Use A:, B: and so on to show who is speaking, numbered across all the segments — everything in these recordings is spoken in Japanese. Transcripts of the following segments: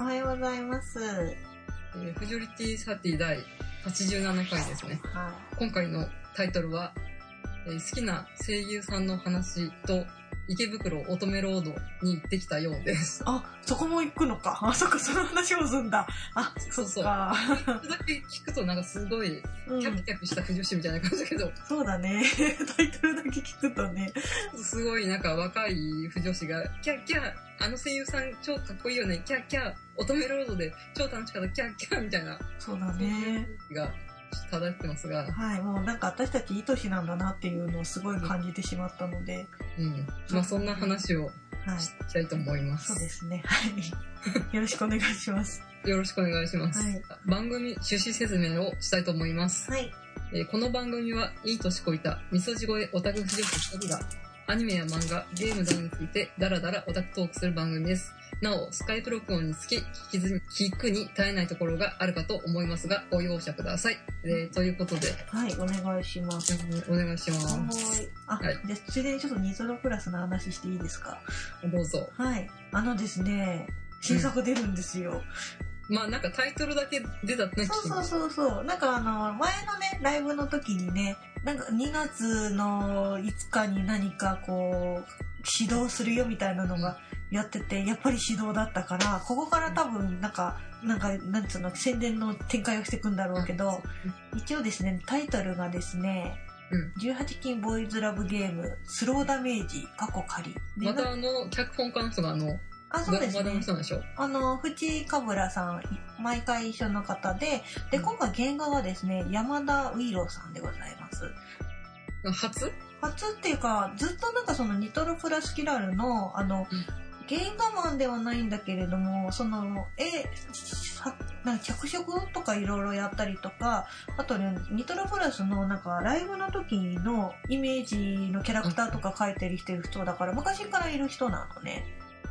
A: はようございます。
B: えーフジョリティサーティ第87回ですね。
A: は
B: 今回のタイトルは、えー好きな声優さんの話と、池袋乙女ロードに行ってきたよう です。
A: あ、そこも行くのか。あ、そっか、その話をすんだ。あ、そ
B: そう
A: っ
B: そう
A: か。
B: それだけ聞くとなんかすごい、
A: う
B: キャピ
A: ん、
B: キャピした不女子みたいな感じだけど、
A: そうだね。 タイトルだけ聞くとね。
B: すごいなんか若い不女子が、キャッキャー、あの声優さん超かっこいいよね、キャッキャー、乙女ロードで超楽しかった、キャッキャーみたいな、
A: そうだね。
B: が漂ってますが、
A: はい、もうなんか私たちいい年なんだなっていうのをすごい感じてしまったので。
B: うん。まあそんな話を
A: はい。
B: したいと思いま
A: そう
B: す。
A: ですね。はい。 よろしくお願いします。
B: よろしくお願いします。
A: はい
B: 番組趣旨説明をしたいと思います。
A: はい。
B: えーこの番組はいい年こいた、みそじ越えオタク不女子2人が、アニメや漫画、ゲームなどについてダラダラオタクトークする番組です。なお、スカイプ録音につき、聞きずに、聞くに耐えないところがあるかと思いますが、ご容赦ください。えーということで、
A: はい、お願いします。
B: お願いしま
A: は
B: す。
A: ーい。あ、
B: はい
A: じゃあ、ついでにちょっとニトロプラスの話していいですか
B: どうぞ。
A: はい。あのですね、新作出るんですよ。
B: まあなんかタイトルだけ出たってね、
A: そう
B: 聞き
A: そう
B: まし
A: そうそう。なんかあの、前のね、ライブの時にね、なんか2月の5日に何かこう、指導するよみたいなのがやってて、やっぱり指導だったから、ここから多分なんか、なんか、なんつうの、宣伝の展開をしていくんだろうけど、一応ですね、タイトルがですね、18禁ボーイズラブゲーム、スローダメージ、過去仮。
B: た。
A: で
B: また
A: な
B: あの、脚本家の人があの、
A: あ、そう
B: ガ
A: で
B: ガ
A: す
B: ダの
A: ね。
B: 人なんでしょ
A: あの、淵かぶらさん、い毎回一緒の方で、で、
B: うん
A: 今回原画はですね、山田ウイロさんでございます。
B: 初
A: 初っていうか、ずっとなんかそのニトロプラスキラルの、あの、
B: うん
A: 原画マンではないんだけれども、その、絵、さなんか着色とかいろいろやったりとか、あとね、ニトロプラスのなんかライブの時のイメージのキャラクターとか描いてる人だから、昔からいる人なのね。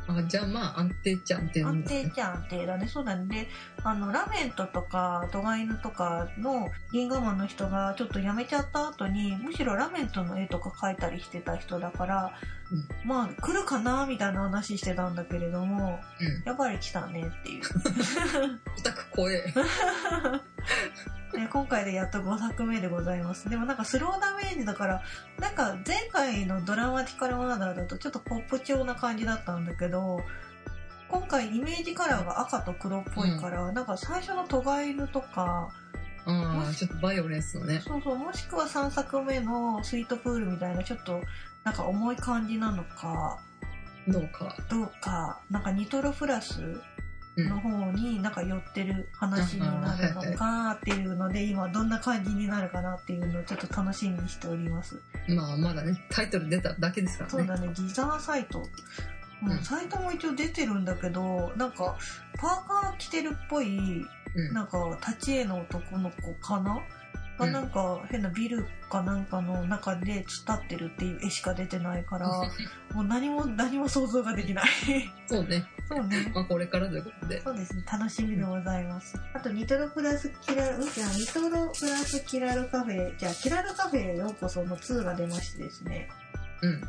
B: あ、じゃあまあ安定っちゃ安定なんで
A: 安
B: す
A: 定
B: ね。
A: じゃん安定だね。そうだね。で、あの、ラメントとか、ドガイヌとかの銀河マンの人がちょっと辞めちゃった後に、むしろラメントの絵とか描いたりしてた人だから、まあ、来るかなみたいな話してたんだけれども、
B: うん
A: やっぱり来たねっていう。
B: オタク怖え。
A: ね、今回でやっと5作目でございます。でもなんかスローダメージだから、なんか前回のドラマティカルマーダーだとちょっとポップ調な感じだったんだけど、今回イメージカラーが赤と黒っぽいから、なんか最初のトガ犬とか、
B: ああ、ちょっとバイオレンスのね。
A: そうそう、もしくは3作目のスイートプールみたいなちょっとなんか重い感じなのか、
B: どうか。
A: どうか、なんかニトロプラスの方になんか寄ってる話になるのかっていうので、今どんな感じになるかなっていうのをちょっと楽しみにしております。
B: まあまだね、タイトル出ただけですから
A: そう
B: ね。
A: だね、ギザーサイト。
B: う
A: う
B: ん
A: ん、サイトも一応出てるんだけど、なんか、パーカー着てるっぽい、
B: うん
A: なんか、立ち絵の男の子かな
B: う
A: が
B: ん
A: なんか、変なビルかなんかの中で突っ立ってるっていう絵しか出てない から、もう何も、何も想像ができない。
B: そうね。
A: そうね。
B: まあこれからということで。
A: そうですね、楽しみでございます。あと、ニトロプラスキラル、うん、じゃあ、ニトロプラスキラルカフェ、じゃあ、キラルカフェへようこその2が出ましてですね。
B: うん。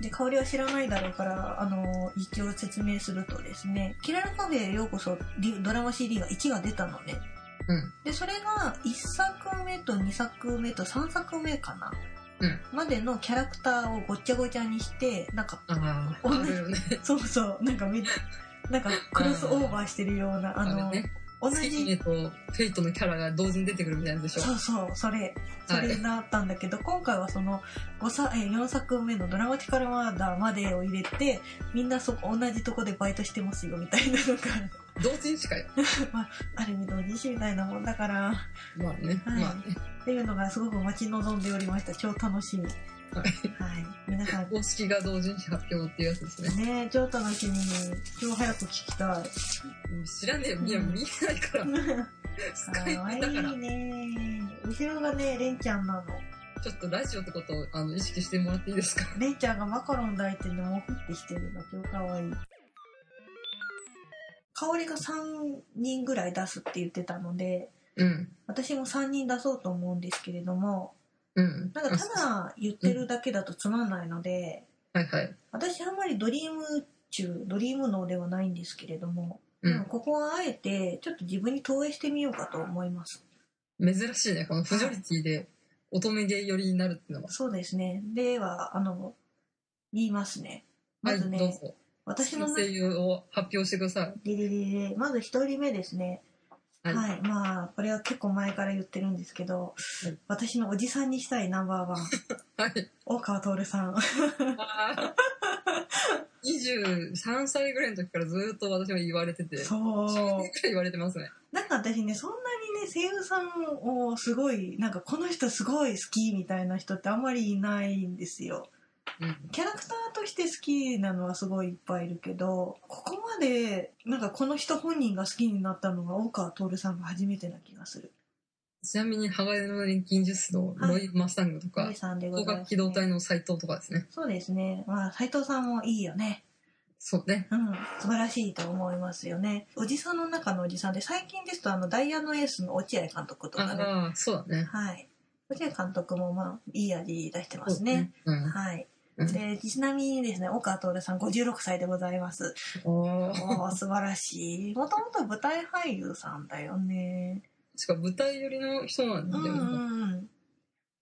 A: で、香りは知らないだろうから、あのー一応説明するとですね、キラルカフェへようこそリドラマ CD が1が出たのね。
B: うん
A: で、それが1作目と2作目と3作目かな。
B: うん
A: までのキャラクターをごっちゃごちゃにして、なんか、
B: ああ、あるよね。
A: そうそう、なんかめっちゃ、なんかクロスオーバーしてるような、あ
B: あ
A: の
B: れね。
A: 同
B: 月
A: じ
B: 姫とフェイトのキャラが同時に出てくるみたいなやつでしょ。
A: そうそう、それ、それだったんだけど、今回はその5さ、えー4作目のドラマティカルマーダーまでを入れて、みんなそこ、同じとこでバイトしてますよ、みたいなのが、
B: 同時にしかよ。
A: ある意味同人誌みたいなもんだから、
B: まあね。
A: はい
B: まあね。
A: っていうのがすごく待ち望んでおりました。超楽しみ。はいい。皆さん、
B: 公式が同時に発表っていうやつですね。
A: ね超楽しみに、超早く聞き たい。
B: 知らねえよ。いや、
A: うん
B: 見えないから。スカイ
A: かわい
B: プだから
A: い。ね後ろがね、レンちゃんなの。
B: ちょっとラジオってことをあの意識してもらっていいですか
A: レンちゃんがマカロン抱いてね、もふってしてるの超かわいい。香りが3人ぐらい出すって言ってたので、
B: うん。
A: 私も3人出そうと思うんですけれども、
B: うん。
A: なんかただ言ってるだけだとつまんないので、
B: はいはい。
A: 私あんまりドリーム中、ドリーム脳ではないんですけれども、
B: う
A: でも
B: ん。
A: ここはあえて、ちょっと自分に投影してみようかと思います。
B: 珍しいね、このフジョリティで乙女芸寄りになるっていうのは。
A: そうですね。では、あの、言いますね。まずね、
B: はい、どうぞ。
A: 私の
B: 声優を発表してください。
A: リリリリまず一人目ですね。
B: は
A: はいい、まあ、これは結構前から言ってるんですけど、
B: はい
A: 私のおじさんにしたいナンバーワ
B: は
A: ン、
B: い。
A: 大川徹さん。
B: あー23歳ぐらいの時からずっと私は言われてて、
A: そう。
B: 言われてますね。
A: なんか私ね、そんなにね、声優さんをすごい、なんかこの人すごい好きみたいな人ってあんまりいないんですよ。
B: うん。
A: キャラクターとして好きなのはすごいいっぱいいるけど、ここまで、なんかこの人本人が好きになったのが大川徹さんが初めてな気がする。
B: ちなみに、鋼の錬金術のロイ・マスタングとか
A: 上、さんでご
B: 光
A: ざいま
B: 学
A: す、
B: 機動隊の斎藤とかですね。
A: そうですね。まあ、斎藤さんもいいよね。
B: そうね。
A: うん。素晴らしいと思いますよね。おじさんの中のおじさんで、最近ですと、あの、ダイヤのエースの落合監督とかね。
B: ああ、そうだね。
A: はい。落合監督も、まあ、いい味出してま
B: そう
A: すね。。
B: うん。
A: はい。
B: うん
A: で、ちなみにですね、岡徹さん56歳でございます。
B: おー
A: おー、素晴らしい。もともと舞台俳優さんだよね。
B: しかも舞台寄りの人なん
A: う
B: だ
A: んう
B: よね。
A: んうん。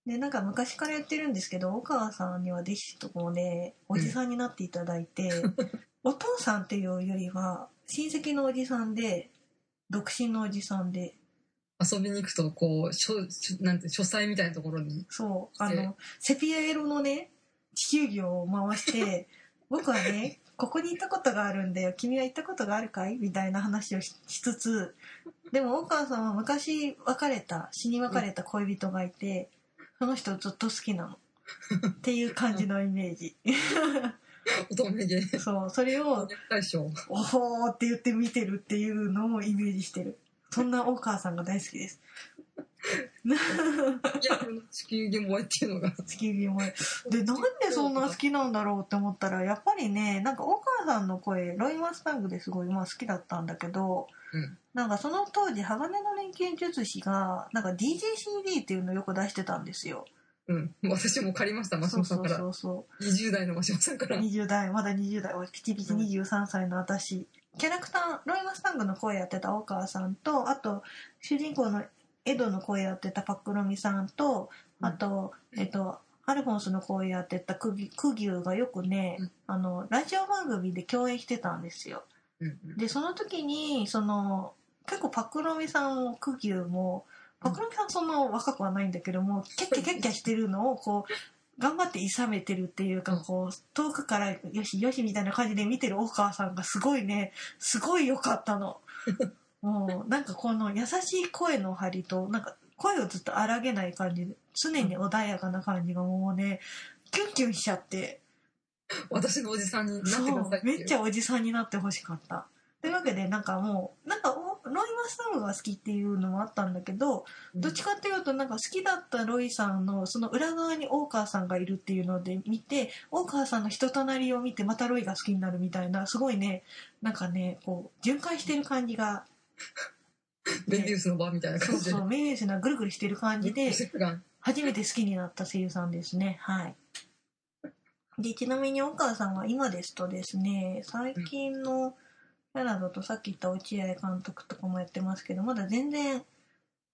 A: で、なんか昔からやってるんですけど、岡さんには弟子ともね、おじさんになっていただいて、お父さんっていうよりは、親戚のおじさんで、独身のおじさんで、
B: 遊びに行くと、こう、書、書なんて、書斎みたいなところに。
A: そう、あ
B: え
A: の、セピア色のね、地球儀を回して、僕はね、ここに行ったことがあるんだよ。君は行ったことがあるかいみたいな話をししつつ、でも、大川さんは昔別れた、死に別れた恋人がいて、その人をずっと好きなの。っていう感じのイメージ。
B: 乙女芸。
A: そう、それを、
B: 大将。
A: おほーって言って見てるっていうのをイメージしてる。そんな大川さんが大好きです。
B: いや、この地球ゲモアっていうのが。
A: 月日もでなんでそんな好きなんだろうって思ったらやっぱりねなんか大川さんの声ロイ・マスタングですごいまあ好きだったんだけど、
B: うん
A: なんかその当時鋼の錬金術師がなんか DJCD っていうのをよく出してたんですよ
B: うん。私も借りました、マシ
A: そ
B: モ
A: う
B: さ
A: そ
B: んか
A: う
B: ら
A: そ。うそ
B: 20代のマシモさんか
A: う
B: ら。
A: 20代まだ20代ピチピチ
B: うん
A: 23歳の私キャラクターロイ・マスタングの声やってた大川さんとあと主人公のエドの声やってたパックロミさんとあと、
B: うん
A: えっと、アルフォンスの声やってたクギクギュウがよくね、
B: うん
A: あの、ラジオ番組で共演してたんですよ。
B: うんうん
A: で、その時に、その、結構パクロミさんもクギュウも、パクロミさんそんな若くはないんだけども、キャッキャキャッキャしてるのを、こう、頑張っていさめてるっていうか、
B: うん
A: こう、遠くからよしよしみたいな感じで見てる大川さんがすごいね、すごい良かっ たの。もう、なんかこの優しい声の張りと、なんか声をずっと荒げない感じで、常に穏やかな感じがもうね、キュンキュンしちゃって。
B: 私のおじさんになって
A: そ
B: くださいうっ、ていう。
A: めっちゃおじさんになってほしかった。というわけで、なんかもう、なんかお、ロイ・マスタングが好きっていうのもあったんだけど、
B: うん
A: どっちかっていうと、なんか好きだったロイさんの、その裏側に大川さんがいるっていうので見て、大川さんの人となりを見て、またロイが好きになるみたいな、すごいね、なんかね、こう、巡回してる感じが、
B: ベビウスの場みたいな
A: そ
B: 感
A: う
B: じで
A: そ。う、メイウェスがぐるぐるしてる感じで、
B: が
A: 初めて好きになった声優さんですね。はい。で、ちなみに、岡さんは今ですとですね、最近のキャラだとさっき言った落合監督とかもやってますけど、まだ全然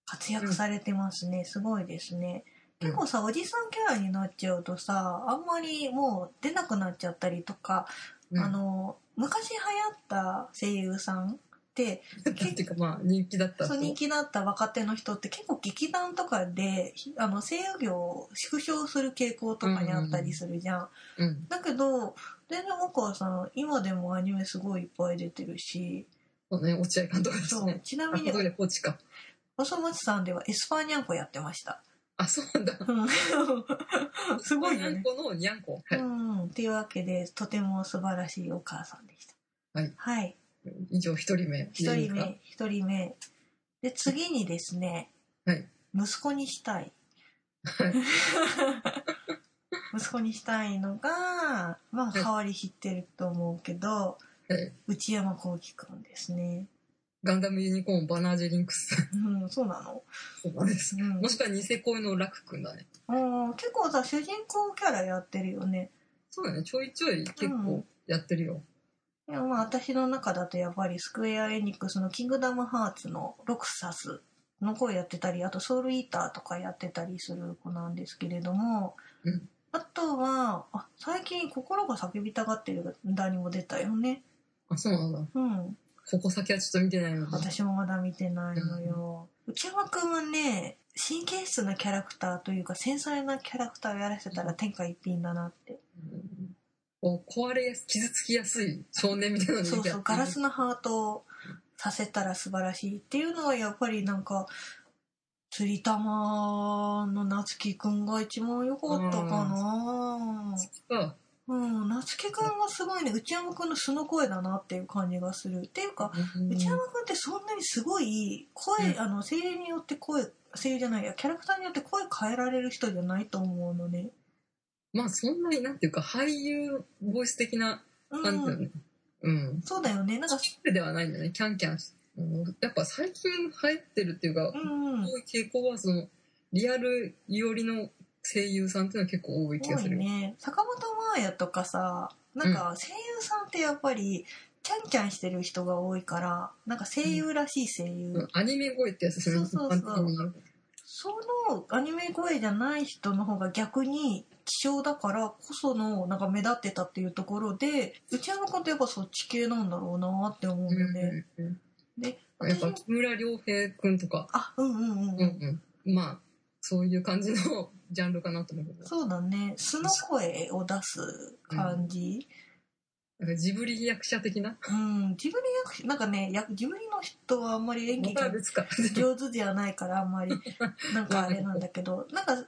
A: 活躍されてますね。すごいですね。
B: うん
A: 結構さ、おじさんキャラになっちゃうとさ、あんまりもう出なくなっちゃったりとか、
B: うん
A: あの、昔流行った声優さんって、
B: っていうかまあ人気だった
A: そう
B: と
A: 人気だった若手の人って結構劇団とかでひあの声優業を縮小する傾向とかにあったりするじゃん、
B: うん
A: だけど全然大川さん今でもアニメすごいいっぱい出てるし
B: そうね落合監督です
A: そう
B: ね
A: ちな
B: あ
A: みに
B: どれポチか
A: 細松さんではエスパーニャンコやってました
B: あそうなんだ
A: うんすごい
B: に
A: よ
B: ゃん
A: ね
B: このにゃんこは
A: う
B: い
A: んっていうわけでとても素晴らしいお母さんでした
B: はい、
A: はい、
B: 以上一人目
A: 1人
B: いい
A: 目1人目で次にですね、
B: はい
A: 息子にしたい
B: ですかはい
A: 息子にしたいのが、まあ、
B: はい
A: 変わりきってると思うけど、
B: はい
A: 内山幸輝くんですね。
B: ガンダムユニコーンバナージェリンクス
A: うん、そうなの。
B: そうなんです
A: うん
B: もしくはニセ恋のラク君だね
A: うん結構さ、主人公キャラやってるよね。
B: そうだねちょいちょい結
A: う
B: 構
A: ん
B: やってるよ
A: いやまあ私の中だとやっぱりスクエア・エニックスの「キングダムハーツ」の「ロクサス」の声やってたりあと「ソウルイーター」とかやってたりする子なんですけれども、
B: うん
A: あとはあ最近「心が叫びたがってる」ダにも出たよね
B: あ、そうなんだ。
A: うん
B: ここ先はちょっと見てないのか。
A: 私もまだ見てないのよ、内山くんはね神経質なキャラクターというか繊細なキャラクターをやらせたら天下一品だなって
B: うんこう壊れやす、傷つきやすい少年みたいなの
A: そうそうガラス
B: の。
A: のハートをさせたら素晴らしいっていうのはやっぱりなんか釣り玉の夏樹くんが一番良かったかな
B: あ
A: うん夏樹くんはすごいね内山くんの素の声だなっていう感じがするっていうか内山くんってそんなにすごい声、
B: うん
A: あの声優によって声声優じゃないやキャラクターによって声変えられる人じゃないと思うのね
B: まあそんなになんていうか俳優ボイス的な
A: う
B: 感じだよ
A: ん
B: ね。うん。
A: そうだよねなんか
B: キャではないんだね。キャンキャンし。うんやっぱ最近入ってるっていうか、
A: うん
B: 多い傾向はそのリアル寄りの声優さんっていうのは結構多い気が
A: 多
B: す
A: い
B: る。
A: ね坂本真綾とかさなんか声優さんってやっぱりキャンキャンしてる人が多いからなんか声優らしい声優、
B: うんアニメ声ってやつですよね。
A: そうそうそう
B: 一般的になる
A: そのアニメ声じゃない人の方が逆に希少だからこそのなんか目立ってたっていうところで内山君ってやっぱそっち系なんだろうなって思うよね、
B: うんうん
A: で
B: うんやっ
A: 私
B: ぱ
A: も
B: 木村良平くんとか、
A: あうんうんうん、
B: う
A: うん
B: んうん、まあそういう感じのジャンルかなと思うけど
A: そうだね素の声を出す感じ、
B: なんかジブリ役者的な
A: うん、ジブリ役者なんかねやジブリの人はあんまり演技
B: ま
A: が
B: た別か
A: 上手ではないからあん まりなんかあれなんだけどなんか俳優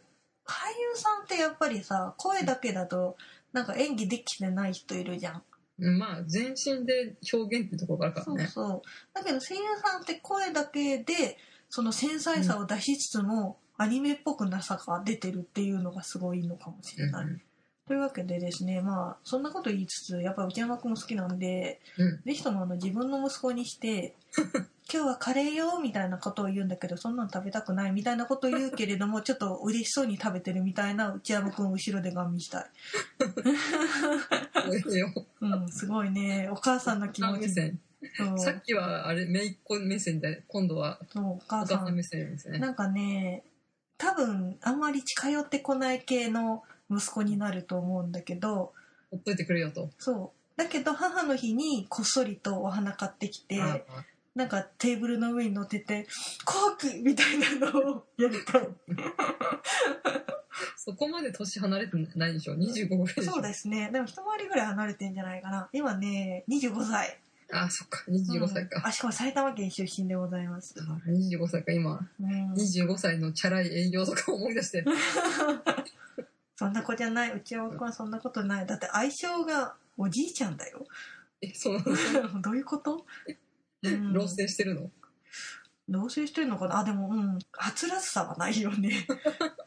A: さんってやっぱりさ声だけだとなんか演技できてない人いるじゃん、
B: うんまあ全身で表現ってところがあるから
A: そう
B: ね
A: そうだけど声優さんって声だけでその繊細さを出しつつも、アニメっぽくなさが出てるっていうのがすごいのかもしれない、
B: うん
A: というわけでですねまあそんなこと言いつつやっぱり内山君も好きなんで、
B: うん
A: ぜひともあの自分の息子に して「今日はカレーよ」みたいなことを言うんだけどそんなの食べたくないみたいなことを言うけれどもちょっと嬉しそうに食べてるみたいな内山君を後ろでガン見したい、
B: そうよ
A: うん、すごいねお母さんの気持
B: 目
A: ち
B: 線
A: そう
B: さっきはあれ姪っ子目線で今度は
A: そうお
B: お
A: 母さ
B: 母さん
A: ん
B: 目線ですね
A: なんかね多分あんまり近寄ってこない系の息子になると思うんだけど
B: ほっといてくれよと
A: そうだけど母の日にこっそりとお花買ってきて
B: あ
A: なんかテーブルの上に乗ってて「コーク!」みたいなのをやりたい
B: そこまで年離れてないでしょ25ぐらいでしょ
A: そうですねでも一回りぐらい離れてんじゃないかな今ね25歳
B: あそっか25歳
A: うん
B: か、
A: あしかも埼玉県出身でございます
B: あ25歳か今
A: うん
B: 25歳のチャラい営業とか思い出して
A: そんな子じゃないうちの子はそんなことないだって相性がおじいちゃんだ よ
B: えその
A: どういうこと、うん
B: 老成してるの
A: 同棲してるのかなあでもうんはつらつさはないよ ね、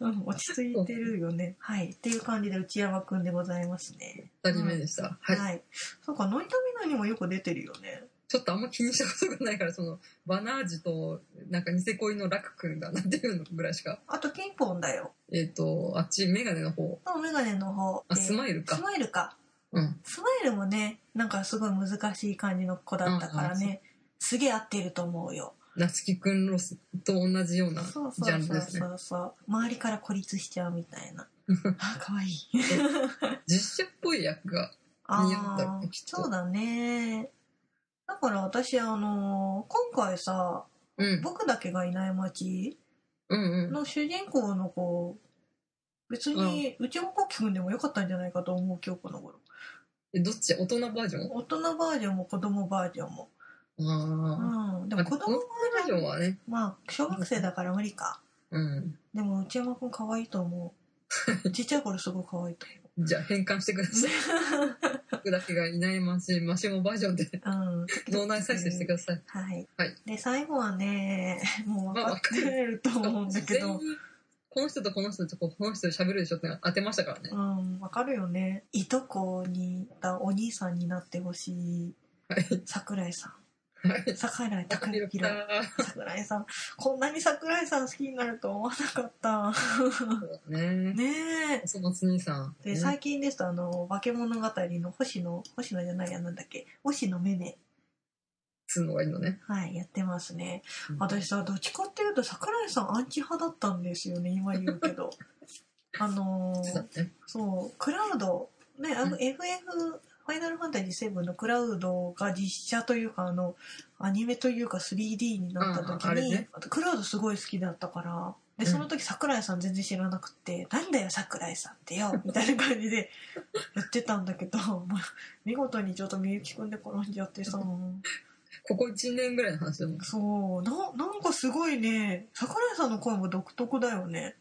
A: うん、落ち着いてるよねはいっていう感じで内山くんでございますね
B: 2人目でした、
A: は、
B: はいい
A: そうかノイタミナにもよく出てるよね
B: ちょっとあんま気にしたことがないからそのバナージとなんかニセ恋の楽くんだなっていうのぐらいしか
A: あとピンポンだよ
B: えっ、とあっちメガネの方
A: あメガネの方
B: あ
A: で
B: スマイルか
A: スマイルか
B: うん
A: スマイルもねなんかすごい難しい感じの子だったからね、
B: うん
A: すげえ合ってると思うよ
B: 夏樹くんロスと同じようなジ
A: そうそう
B: ャンル
A: そう
B: です
A: そ
B: ね
A: うそう周りから孤立しちゃうみた いなあ可愛い
B: 実写っぽい役が似合った
A: あ
B: よ
A: あ
B: ねきっと
A: そうだねだから私あのー今回さ
B: うん
A: 「僕だけがいない街
B: うん」うん
A: の主人公の子別にうちもこきくんでもよかったんじゃないかと思う今日この頃
B: えどっち大人バージョン
A: 大人バージョンも子供バージョンも
B: ああ
A: うんでも子供バ
B: バ
A: ー
B: ー
A: ジ
B: ジ
A: ョ
B: ョ
A: ン
B: ンはね
A: まあ小学生だから無理か
B: うん
A: でも内山くん可愛いと思 うちっちゃい頃すごい可愛いと
B: じゃあ変換してくだ さい僕だけがいないマシマシモバージョンで
A: 思ううん
B: 脳内再生してください
A: はい、
B: はい
A: で最後はねもう分かってると思うんだけど
B: 全員この人とこの人とこの人で喋るでしょって当てましたからね
A: う。ん、わかるよね。いとこにいたお兄さんになってほしい
B: はい。
A: 桜井さ ん。
B: はい。
A: 桜井
B: 高い
A: 高之だ。桜井さん。こんなに桜井さん好きになると思わなかった。
B: ね。
A: ねえ。
B: おそ松兄さん。
A: で、
B: ね
A: 最近ですと、あの、化け物語の星野、星野じゃないや、なんだっけ、星野めめ。
B: つうのがいいのね。
A: はい、やってますね。
B: うん
A: 私さ、どっちかっていうと、桜井さんアンチ派だったんですよね、今言うけ ど。あの
B: そう
A: ー
B: だね。
A: そう、クラウド、ね、あ
B: う
A: の、FF、ファイナルファンタジー7のクラウドが実写というか、あの、アニメというか 3D になった時
B: あああれ
A: に、
B: ね
A: あとクラウドすごい好きだったから、で、
B: うん
A: その時桜井さん全然知らなくて、なんだよ桜井さんって よ、みたいな感じでやってたんだけど、もう見事にちょっとみゆきくんで転んじゃってさ、
B: ここ1年ぐらいの話だもん。
A: そう、な、なんかすごいね、桜井さんの声も独特だよね。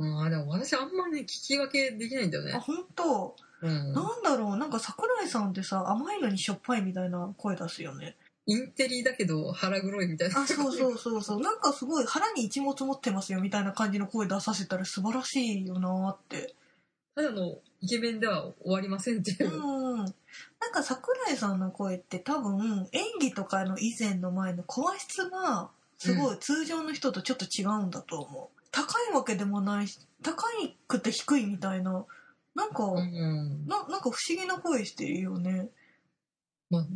B: ああ、でも私あんまね、聞き分けできないんだよ
A: あ、
B: ね。
A: 本当
B: うん。
A: なんだろう、なんか桜井さんってさ、甘いのにしょっぱいみたいな声出すよね。
B: インテリだけど腹黒いみたいな。
A: あ、そうそうそうそう。なんかすごい腹に一物持ってますよみたいな感じの声出させたら素晴らしいよなーって。
B: ただのイケメンでは終わりませんっていうう。
A: ん。なんか桜井さんの声って多分演技とかの以前の前の声質がすごい通常の人とちょっと違うんだと思う。高いわけでもないし、高くて低いみたいな。なんか、
B: うん。
A: ななんか不思議な声してるよね。
B: まあ、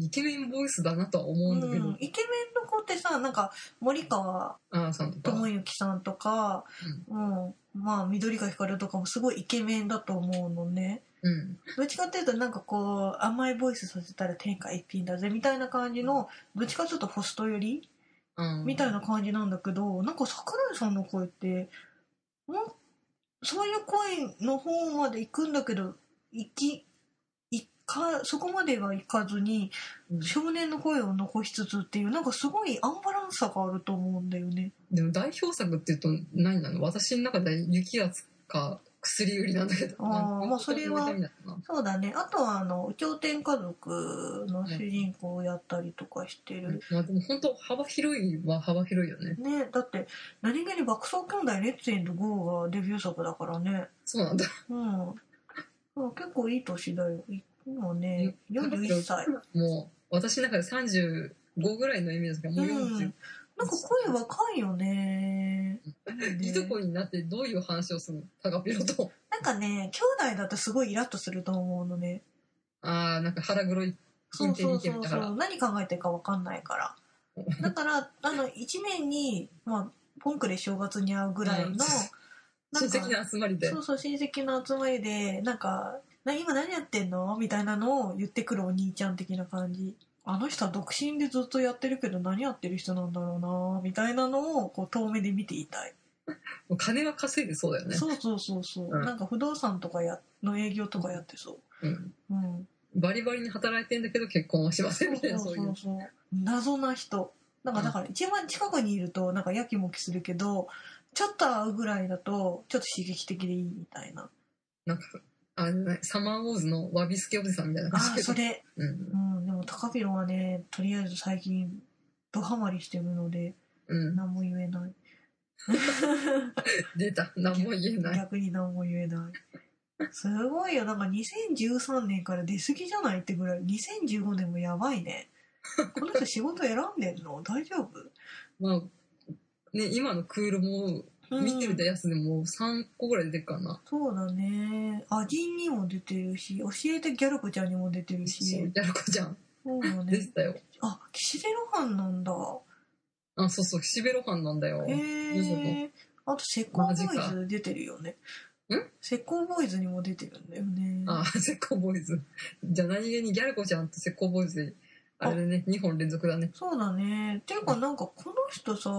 B: イケメンボイスだなとは思うんだけ
A: う
B: ど
A: ん、。イケメンの子ってさなんか森川
B: ああ、さんとか。
A: 智之さんとか、うんまあ緑川光とかもすごいイケメンだと思うのね
B: うん。
A: どっちかっていうとなんかこう甘いボイスさせたら天下一品だぜみたいな感じのどっちかちょっとホスト寄り
B: うん
A: みたいな感じなんだけどなんか桜井さんの声ってもうそういう声の方まで行くんだけど行き行かそこまでは行かずに
B: うん
A: 少年の声を残しつつっていうなんかすごいアンバランスさがあると思うんだよね
B: でも代表作って言うと何なの私の中で雪やつか薬売りなんだけど。
A: あー
B: なんか
A: まあそれは
B: 男の痛みだったな
A: そうだねあとはあの「頂天家族」の主人公をやったりとかしてる、
B: まあでも本当幅広いは幅広いよね。
A: ねだって何気に「爆走兄弟レッツエンドゴー」がデビュー作だからね
B: そうなんだ。
A: うんそう結構いい年だよ今ね41歳
B: もう私の中で35ぐらいのイメージですから、もう
A: う
B: 40
A: ん。なんか声若いよね
B: いとこ
A: ね
B: になってどういう話をするのタガピロと。
A: なんかね兄弟だとすごいイラッとすると思うのね
B: ああ、なんか腹黒い。
A: そうそう
B: インテリイケメン
A: そう
B: だ
A: そ
B: から
A: う何考えてるか分かんないからだ からあの1年に、まあ、ポンクで正月に会うぐらいの、
B: うん
A: な
B: 親
A: んか
B: 戚の集まりで
A: そ。うそう親戚の集まりでなんかな今何やってんのみたいなのを言ってくるお兄ちゃん的な感じあの人は独身でずっとやってるけど何やってる人なんだろうなみたいなのをこう遠目で見ていたい、
B: お金は稼いでそうだよね。
A: そうそうそうそう、
B: うん
A: なんか不動産とかやの営業とかやってそ
B: うん。
A: ううん
B: バリバリに働いてんだけど結婚はしませんみたいな、
A: そ
B: そうう
A: そ
B: いうう。
A: そう謎な人なんか
B: うん
A: だから一番近くにいるとなんかやきもきするけどちょっと会うぐらいだとちょっと刺激的でいいみたいな
B: なんか、あれじゃないサマーウォーズのわびすけおじさんみたいな
A: あ
B: 感
A: あ
B: じ
A: それ
B: うん
A: う。んでも高ロはねとりあえず最近ドハマりしてるので
B: うん。
A: 何も言えない
B: 出た。何も言えない。
A: 逆に何も言えないすごいよなんか2013年から出過ぎじゃないってぐらい2015年もやばいねこの人仕事選んでんの大丈夫
B: まあ、ね、今のクールも、
A: うん
B: 見てみたやつでも3個ぐらい出てるからな。
A: そうだね。アジンにも出てるし、教えてギャルコちゃんにも出てる
B: そう
A: し。
B: やる子じゃん。
A: そうだ
B: 出
A: ね
B: て。たよ。
A: あ、岸辺露伴なんだ。
B: あ、そうそう、岸辺露伴なんだよ。
A: へ
B: どうぞど
A: え。あと、石膏ボ
B: マジ
A: ーイ
B: か
A: ズ出てるよね。
B: ん
A: 石膏ボーイズにも出てるんだよね。
B: あ、石膏ボーイズ。じゃあ何気にギャル子ちゃんと石膏ボーイズで、あれでね、2本連続だね。
A: そうだね。っていうか、なんかこの人さ、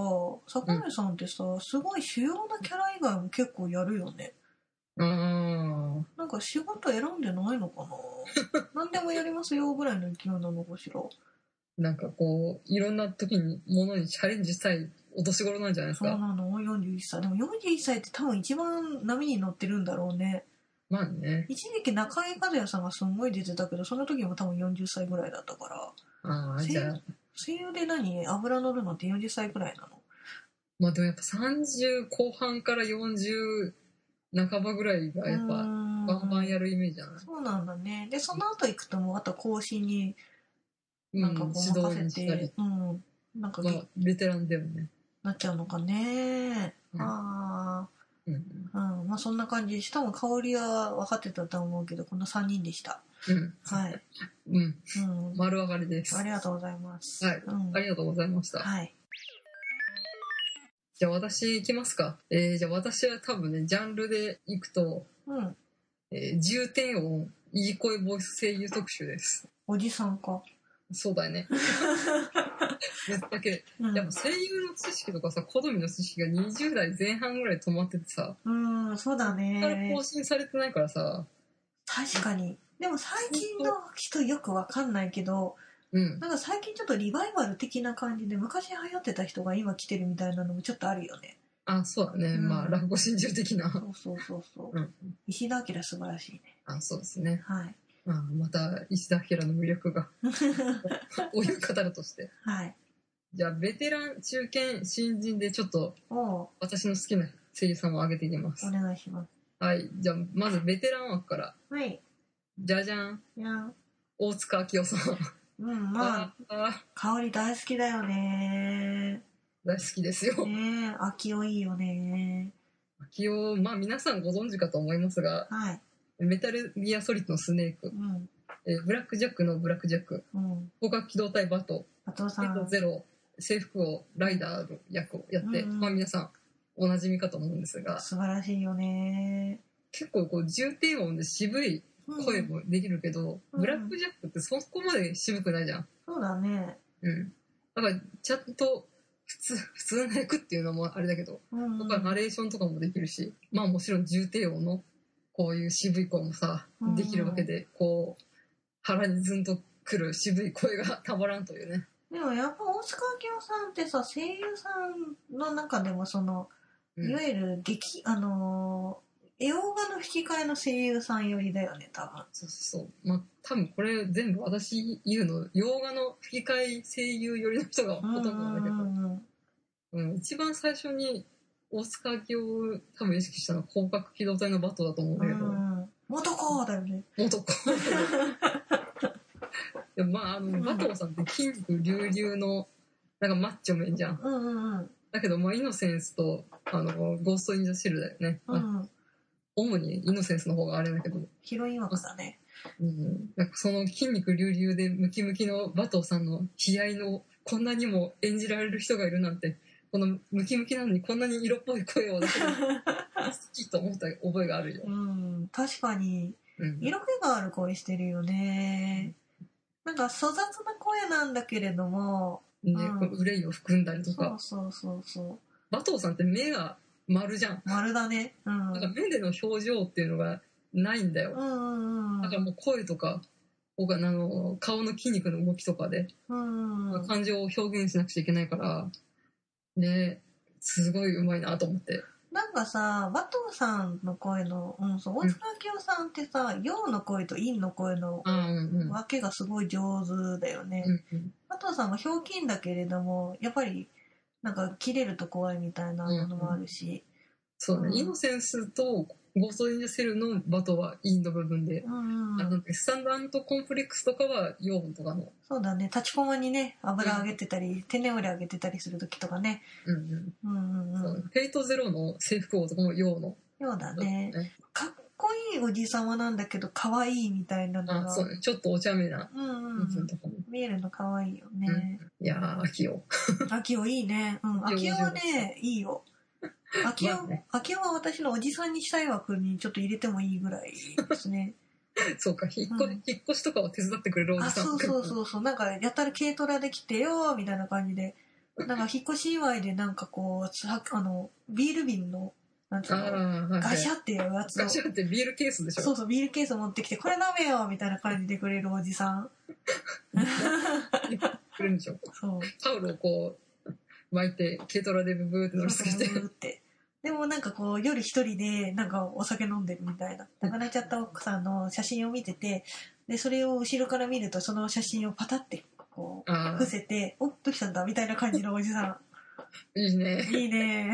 A: 桜井さんってさ、すごい主要なキャラ以外も結構やるよね。
B: あー
A: なんか仕事選んでないの かな何でもやりますよぐらいの勢いなのかしら。
B: なんかこう、いろんな時に、ものにチャレンジしたいお年頃なんじゃないです
A: そう
B: か。
A: なの41歳でも41歳って多分一番波に乗ってるんだろうね
B: まあね。
A: 一時期中井和也さんがすんごい出てたけどその時も多分40歳ぐらいだったから
B: ああ、じゃあ、
A: 声優で何油乗るのって40歳ぐらいなの
B: まあでもやっぱ30後半から40半ばぐらいがやっ
A: うー
B: ぱ、
A: ん
B: バンバンやるイメージじゃない
A: そうなんだねでその後行くともうあと更新に
B: うん、
A: なんかごまか
B: 指
A: せ
B: 導した
A: て
B: り、
A: うん、なんか
B: はベテランだよね。
A: なっちゃうのかね。
B: うん
A: あ
B: うん。
A: あ、うん、まあそんな感じ。しかも香りは分かってたと思うけど、この3人でした。
B: うん。
A: はい。
B: うん。
A: うん、
B: 丸上がりです。
A: ありがとうございます。
B: はい
A: うん
B: ありがとうございました。
A: はい。
B: じゃあ私行きますか。えー、じゃあ私は多分ね、ジャンルで行くと、
A: うん。
B: えー、重点音、いい声ボイス声優特集です。
A: おじさんか。
B: そうだよ ね。ぶっちゃけ。
A: うん
B: でも声優の知識とかさ、好みの知識が20代前半ぐらいで止まっててさ、
A: うん、そうだ
B: だから
A: ね
B: 更。新されてないからさ、
A: 確かに。でも最近の人よくわかんないけど、
B: うん。
A: なんか最近ちょっとリバイバル的な感じで、昔流行ってた人が今来てるみたいなのもちょっとあるよね。
B: あ、そうだね。
A: うん
B: まあ、落語心中的な
A: そ。うそうそうそう。
B: うん
A: 石田明素晴らしいね。
B: あ、そうですね。
A: はい。
B: まあ、また、石田明の魅力 が、お 湯語るとして。
A: はい。
B: じゃあ、ベテラン、中堅、新人で、ちょっと、
A: を
B: 私の好きな声優さんを挙げていきます
A: お。願いします。
B: はい。じゃあ、まず、ベテラン枠から。
A: はい。
B: じゃじゃん。
A: いや、
B: 大塚明夫さん。
A: うん、まあ、
B: あー
A: 香り大好きだよね。
B: 大好きですよ。
A: ねえ、秋夫いいよね。
B: 明夫、まあ、皆さんご存知かと思いますが、
A: はい。
B: メタルギアソリッドのスネーク
A: う、ん、
B: えーブラックジャックのブラックジャック、
A: うん。
B: 広角機動隊バト、
A: 加藤さ
B: ヘッド
A: ん。
B: ゼロ、制服を、ライダーの役をやって、
A: うん
B: まあ皆さん、おなじみかと思うんですが、
A: 素晴らしいよね。
B: 結構こう、重低音で渋い
A: うん
B: 声もできるけど、
A: うん
B: ブラックジャックってそこまで渋くないじゃん。
A: そうだね。
B: うん。だから、ちゃんと、普通、普通の役っていうのもあれだけど、
A: うん。
B: 僕はナレーションとかもできるし、まあもちろん重低音の、こういう渋い声もさ
A: うん、
B: できるわけで、こう、腹にずんとくる渋い声がたまらんというね。
A: でもやっぱ大塚明夫さんってさ、声優さんの中でもその、
B: うん
A: いわゆる劇、あのー、絵オ画の吹き替えの声優さん寄りだよね、多分。
B: そうそうそう。まあ、多分これ全部私言うの、洋画の吹き替え声優寄りの人がほとんどなんだけど、
A: うん
B: うん、一番最初に大塚明夫を多分意識したのは広角機動隊のバトだと思うん
A: う
B: だけ
A: ん
B: ど、
A: うん。うん。元子だよね。
B: 元子。 でもまあ、あの、
A: ん
B: バトさんって筋肉隆々の、なんかマッチョメンじゃん。
A: うんうんうん。
B: だけど、まあ、イノセンスと、あの、ゴースト・イン・ザ・シェルだよね。
A: う
B: まあ、
A: ん。
B: 主にイノセンスの方があれだけど、
A: ヒロイン枠だね。
B: うんなんかその筋肉隆々でムキムキのバトーさんの悲哀のこんなにも演じられる人がいるなんてこのムキムキなのにこんなに色っぽい声を出せる好きと思った覚えがあるよ
A: う、ん。確かに、
B: うん
A: 色気がある声してるよね。なんか粗雑な声なんだけれども、
B: ね
A: うん
B: この憂いを含んだりと
A: そう
B: か
A: そうそうそう。
B: バトーさんって目が丸じゃん
A: 丸だね。うん。
B: だ
A: うん
B: から目での表情っていうのがないんだよ
A: うんうん
B: だからもう声とか僕はあの顔の筋肉の動きとかで
A: うんうん。
B: 感情を表現しなくちゃいけないからねすごいうまいなと思って
A: なんかさ、バトンさんの声の、うん、そう、大塚明夫さんってさ、陽の声と陰の声の
B: ああうんうん
A: 分けがすごい上手だよね。
B: うんうん
A: バトンさんはひょうきんだけれども、やっぱり、なんか切れると怖いみたいなのもあるし、
B: そうね、
A: うん
B: イノセンスとゴースト・イン・ジャセルのバトはインド部分で、
A: うん、
B: あ
A: うん、
B: のスタンダードコンプレックスとかはヨーンとかの、
A: そうだね、立ちこまにね、油揚げてたり、手料理揚げてたりする時とかね、
B: うん
A: うんう
B: うん
A: ん、
B: そううんフェイト・ゼロの制服男もヨーンの、
A: そうだね。かっこいいおじさまなんだけど、可愛いみたいなの
B: あ
A: が、
B: そうねちょっとお茶目な
A: うんう
B: 部
A: んう
B: 分
A: ん、
B: とかも、
A: 見えるの可愛いよね。
B: いやー秋よ
A: 秋夫いいね。うん。
B: 上
A: 秋
B: 手
A: 夫はね、いいよ。秋
B: まあ
A: 夫、
B: ね
A: 秋夫は私のおじさんにしたい枠にちょっと入れてもいいぐらいで すね。
B: そうか引っ越,、
A: うん
B: 引っ越しとかを手伝ってくれるおじ
A: あ、
B: さん
A: そうそうそうそう。なんか、やたら軽トラで来てよーみたいな感じで。なんか、引っ越し祝いでなんかこう、さあの、ビール瓶の、なんつう
B: あー
A: の、
B: はい
A: ガシ
B: ャ
A: ャってやるやつを
B: ガ。シャってビールケースでしょ
A: そうそう、ビールケース持ってきて、これ飲めよみたいな感じでくれるおじさん。
B: くれるんでしょ
A: そう。
B: タオルをこう巻いて軽トラでブブーって乗りすぎて
A: そうそううーって。でもなんかこう、夜一人で、なんかお酒飲んでるみたいな。亡くなっちゃった奥さんの写真を見てて、で、それを後ろから見ると、その写真をパタって、こう、
B: あ
A: 伏せて、おっ、どうしたんだみたいな感じのおじさ
B: あいいね
A: ん。いいね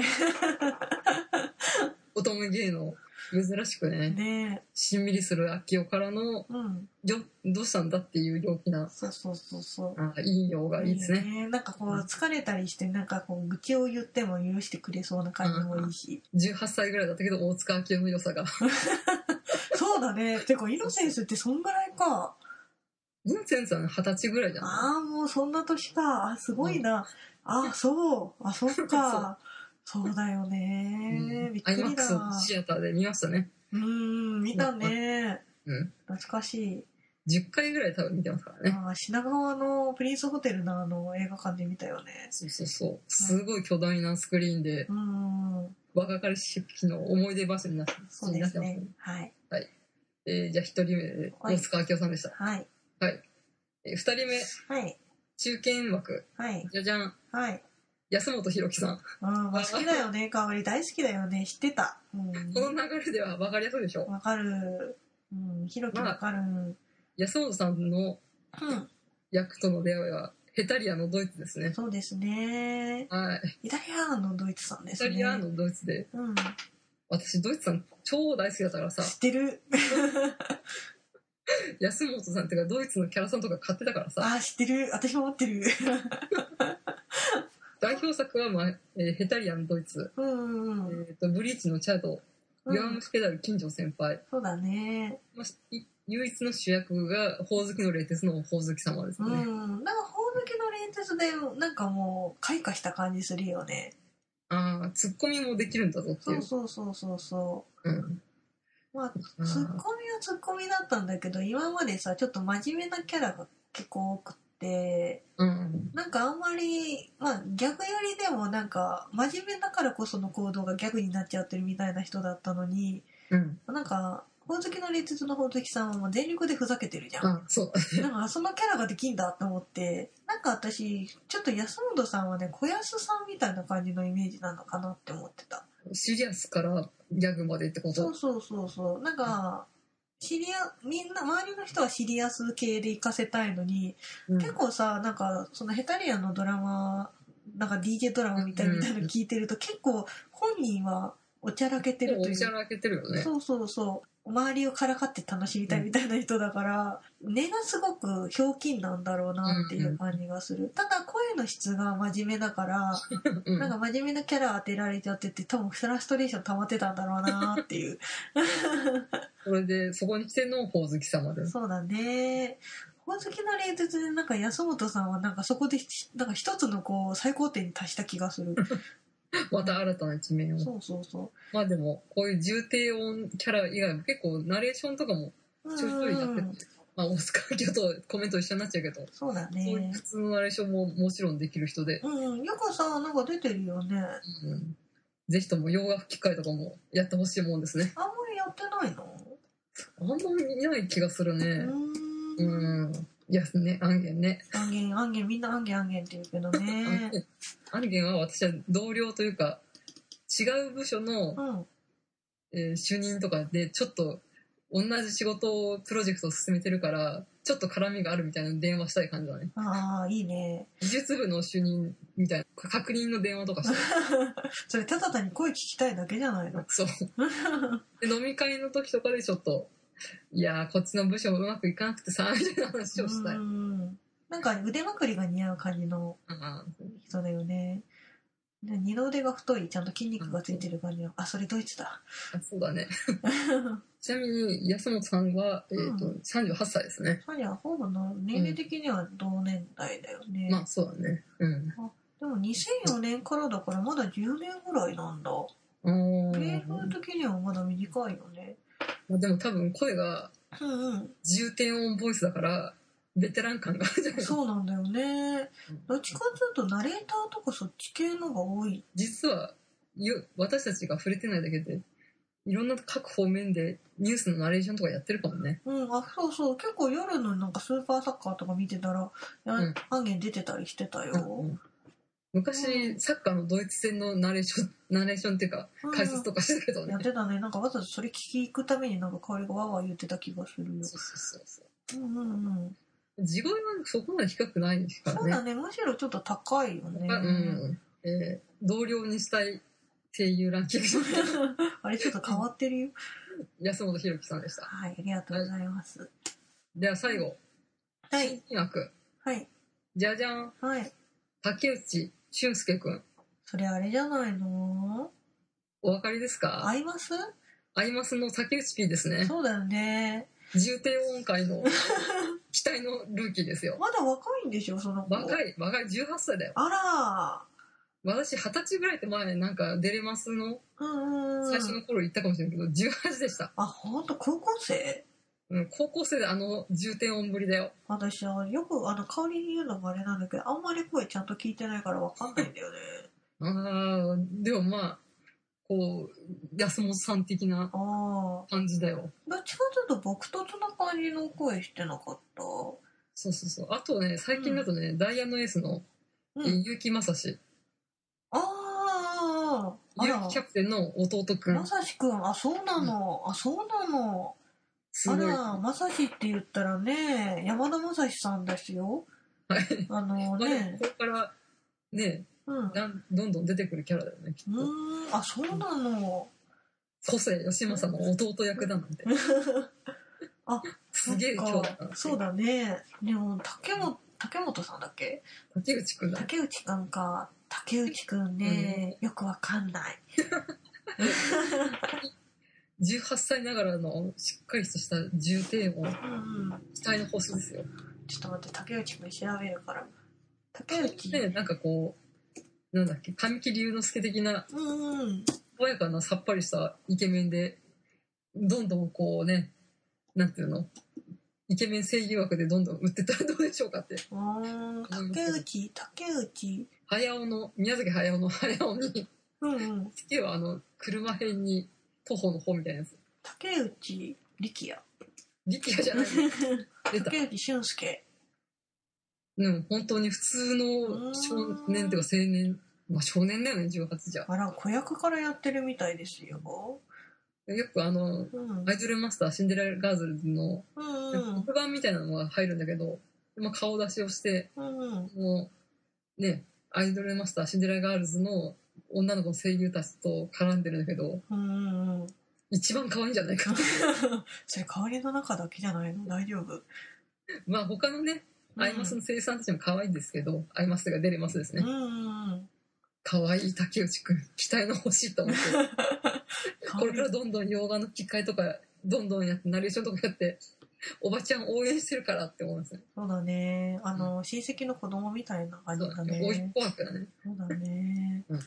B: 乙女芸能珍しくね、
A: ね
B: しんみりする秋代からの、
A: えうん
B: よどうしたんだっていう陽気な、
A: そうそうそうそう
B: あいいよがいいですね。
A: ねなんかこう疲れたりしてなんかこう愚痴を言っても許してくれそうな感じもいいし、
B: 18歳ぐらいだったけど、大塚明夫の良さが。
A: そうだねてかイノセンスってそんぐらいか
B: インセンさん二十歳ぐらいじゃない
A: ああもうそんな年かあすごいな、あそうあそっ かそうだよね、びっ
B: ア
A: く
B: イマッ
A: り
B: ク
A: だ
B: スシアターで見ましたね。
A: うーん見たね
B: うん。
A: 懐かしい
B: 10回ぐらい多分見てますからね。
A: あー品川のプリンスホテルのあの映画館で見たよね
B: そうそうそう。すごい巨大なスクリーンで、
A: うーん
B: 若かりし日の思い出場所になって
A: そうです
B: になって
A: ね
B: ます
A: はい
B: えーじゃあ一人目、
A: はい
B: 大塚明夫さんでした。
A: はい
B: えー、二人目、
A: はい
B: 中堅演幕、
A: はい
B: じゃじゃん、
A: はい
B: 安本博樹さん。
A: うん、まあ、好きだよね香り大好きだよね知ってたうん
B: この流れでは分かりやすいでしょ。
A: わかるうんひろき
B: まあ
A: わかる、
B: 安本さんの
A: う
B: 役との出会いは、ヘタリアのドイツですね
A: ん。そうですね
B: はい。
A: イタリアのドイツさんで
B: ヘ
A: す
B: タ
A: ね
B: リアのドイツで、
A: うん
B: 私、ドイツさん超大好きだったからさ、
A: 知ってる
B: 安本さんっていうか、ドイツのキャラさんとか買ってたからさ、
A: あー知ってる私も持ってる
B: 代表作は、まあ、えーヘタリアのドイツ、
A: うんう
B: え
A: んうん
B: ーと、ブリーチのチャド、
A: う
B: ヨアム
A: ん
B: スペダル金城先輩、
A: そうだね
B: まあ、い唯一の主役が、ほおずきの冷徹のほおずき様です
A: う
B: ね。
A: んなんかほおずきの連鉄でなんかもう開花した感じするよね
B: ああ、ツッコミもできるんだぞってい。
A: そううそうそうそうそ
B: うん。
A: うまあ
B: あ
A: ツッ
B: ー
A: コミはツッコミだったんだけど今までさちょっと真面目なキャラが結構多くって
B: うん。
A: なんかあんまりまあ逆よりでもなんか真面目だからこその行動が逆になっちゃってるみたいな人だったのに
B: うん。
A: なんかほおずきの連鉄のほおずきさんはもう全力でふざけてるじゃん
B: あそう。
A: なんかそのキャラができんだと思ってなんか私ちょっと安本さんはね小安さんみたいな感じのイメージなのかなって思ってた
B: シリアスからギャグまでってこ
A: そ
B: と
A: うそうそうそうなんかシリアみんな周りの人はシリアス系で行かせたいのに、
B: うん
A: 結構さなんかそのヘタリアのドラマなんか DJ ドラマみたいみたいなの聞いてると、結構本人はおちゃらけてる
B: お
A: という
B: しゃらけてるよね。
A: そうそうそう周りをからかって楽しみたいみたいな人だから、根がすごくひょうきんなんだろうなっていう感じがする、ただ声の質が真面目だから、
B: うん
A: なんか真面目なキャラ当てられちゃってて多分フラストレーション溜まってたんだろうなっていう
B: それで、そこに来てのほおずき様 です。
A: そうだね本好きな冷徹でなんか安本さんはなんかそこでひなんか一つのこう最高点に達した気がする
B: また新たな一面を。
A: そうそうそ
B: まあでも、こういう重低音キャラ以外も結構ナレーションとかも
A: う
B: ちょいちょいやって
A: う
B: て
A: ん、
B: まあ、大塚明夫とコメント一緒になっちゃうけど、
A: そうだ
B: そういう
A: ね
B: 普通のナレーションももちろんできる人で、
A: うんよくさなんか出てるよね
B: うんぜひとも洋楽機会とかもやってほしいもんですね。
A: あんまりやってないの
B: あんまりいない気がするね。
A: う
B: う
A: ーん。
B: ん。いや、ね、アンゲンね。
A: アンゲン、アンゲン、みんなアンゲン、アンゲンって言うけどね。
B: アンゲンは私は同僚というか、違う部署の、
A: うん。
B: えー主任とかで、ちょっと、同じ仕事を、プロジェクトを進めてるから、ちょっと絡みがあるみたいな電話したい感じだね。
A: ああ、いいね。
B: 技術部の主任みたいな、確認の電話とかして。
A: それ、ただ単に声聞きたいだけじゃないの。
B: そう。で飲み会の時とかでちょっと、いやー、こっちの部署もうまくいかなくてさ、みたいな話をしたい。
A: ん。なんか腕まくりが似合う感じの
B: あ
A: 人だよね。で二の腕が太い、ちゃんと筋肉がついてる感じの。あ、それドイツだ。
B: ーそうだね。 ちなみに、安本さんは、えっ、と、38歳ですね。
A: サニア、ほぼの年齢的には同年代だよね。
B: まあ、そうだね。うん。
A: でも2004年からだからまだ10年ぐらいなんだ。
B: お
A: 年
B: ー
A: 齢的にはまだ短いよね。
B: まあ、でも多分声が
A: うんうん。
B: 重点音ボイスだから、ベテラン感があるじゃない
A: そうなんだよね。どっち
B: か
A: かというとナレーターとかそっち系のが多い。
B: 実は、よ私たちが触れてないだけで、いろんな各方面でニュースのナレーションとかやってるかもね。
A: うん、あ、そうそう。結構夜のなんかスーパーサッカーとか見てたら、や
B: うん
A: アンゲン出てたりしてたよ。
B: うん昔、サッカーのドイツ戦のナレーション、ナレーションっていうか、
A: うん
B: 解説とかしてたけどね
A: やっ。てたね。なんかわざわざそれ聞き行くためになんか香りがわーわー言ってた気がするよ。
B: そうそうそうそ
A: うんうんうん。
B: う。地声はそこまで低くないですか
A: そ
B: ら
A: う
B: ね
A: だ。ね。むしろちょっと高いよね。
B: あうんえー同僚にしたい声優ランキング
A: あれちょっと変わってるよ。
B: 安本博樹さんでした。
A: はい、ありがとうございます。
B: では最後、
A: はい、
B: 音楽。
A: はい、
B: じゃじゃん。
A: はい。
B: 竹内俊介くん。
A: それあれじゃないの
B: お分かりですか
A: 合います
B: アイマスの竹内 P ですね。
A: そうだよね。
B: 重低音階 の期待のルーキーですよ。
A: まだ若いんでしょ、その子。
B: 若い、若い、18歳だよ。
A: あ
B: 私、20歳ぐらいって前、なんか、デレマスの
A: ら。うんうん。
B: 最初の頃言ったかもしれないけど、18でした。
A: あ、ほんと、高校生
B: うん、高校生であの重低音ぶりだよ。
A: 私はよく、あの、香りに言うのもあれなんだけど、あんまり声ちゃんと聞いてないからわかんないんだ よね。
B: あーでもまあ、こう、安本さん的な
A: ああ。
B: 感じだよ。
A: どっちかというと、僕とつな感じの声してなかった。
B: そうそうそう。あとね、最近だとね、ダイヤのエースの、
A: う
B: え
A: ん。
B: 結城正史。
A: ああ。あ
B: 結城
A: ら
B: キ。ャプテンの弟くん
A: ま。さしくん、あ、そうなの。あ、そうなの。
B: す
A: あ
B: ごい。
A: ら、まさしって言ったらね、山田まさしさんですよ。
B: はい。
A: あの
B: まあ、でも
A: ね
B: こ、こから、ね、
A: うん。う
B: なんどんどん出てくるキャラだよね、きっと。
A: ーん、あ、そうなの。
B: 個性吉政の弟役だなんて。
A: あ、
B: すげえ
A: そ
B: 今
A: っ
B: 日
A: か
B: だな
A: そう。だね。でも、竹本、竹本さんだっけ
B: 竹内くんだ。
A: 竹内くんか。竹内くんね、よくわかんない。
B: 18歳ながらのしっかりとした重低音、
A: うんうん。
B: 期待の星ですよ。
A: ちょっと待って、竹内くん調べるから。
B: で、
A: 竹内。
B: なんかこう、なんだっけ、神木隆之介的な、
A: うんうん。
B: 爽やかなさっぱりしたイケメンで、どんどんこうね、なんていうの、イケメン声優枠でどんどん売ってったらどうでしょうかって。
A: うーん竹内、竹内。
B: 早尾の、宮崎駿の早尾に、
A: うんうん。
B: 次はあの、車編に、徒歩の方みたいなやつ。
A: 竹内力也。
B: 力也じゃない。出 た。
A: 竹内俊介。
B: うん、本当に普通の少年っていうか青年、まあ少年だよね、18じゃ。
A: あら、子役からやってるみたいですよ。
B: よくあの、
A: うん。
B: アイドルマスターシンデレラガーズルの
A: うんうん。
B: 黒板みたいなのが入るんだけど、まあ、顔出しをして、
A: うんうん。
B: もう、ね、アイドルマスターシンデレラガールズの女の子の声優たちと絡んでるんだけど、
A: うんうん。
B: 一番可愛いんじゃないか。
A: それ、香りの中だけじゃないの大丈夫
B: まあ他のね、アイマスの声優さんたちも可愛いんですけど、アイマスが出れますです
A: う
B: ね
A: ん。うんうん。
B: 可愛い竹内くん、期待の星と思って。 これからどんどん洋画の吹き替えとかどんどんやってナレーションとかやっておばちゃん応援してるからって思うんですね。
A: そうだね。あの、親戚の子供みたいな感
B: そう
A: じ
B: だ
A: だ
B: ね。おいっ
A: ね。
B: 子枠だね。
A: そうだね
B: うん。
A: は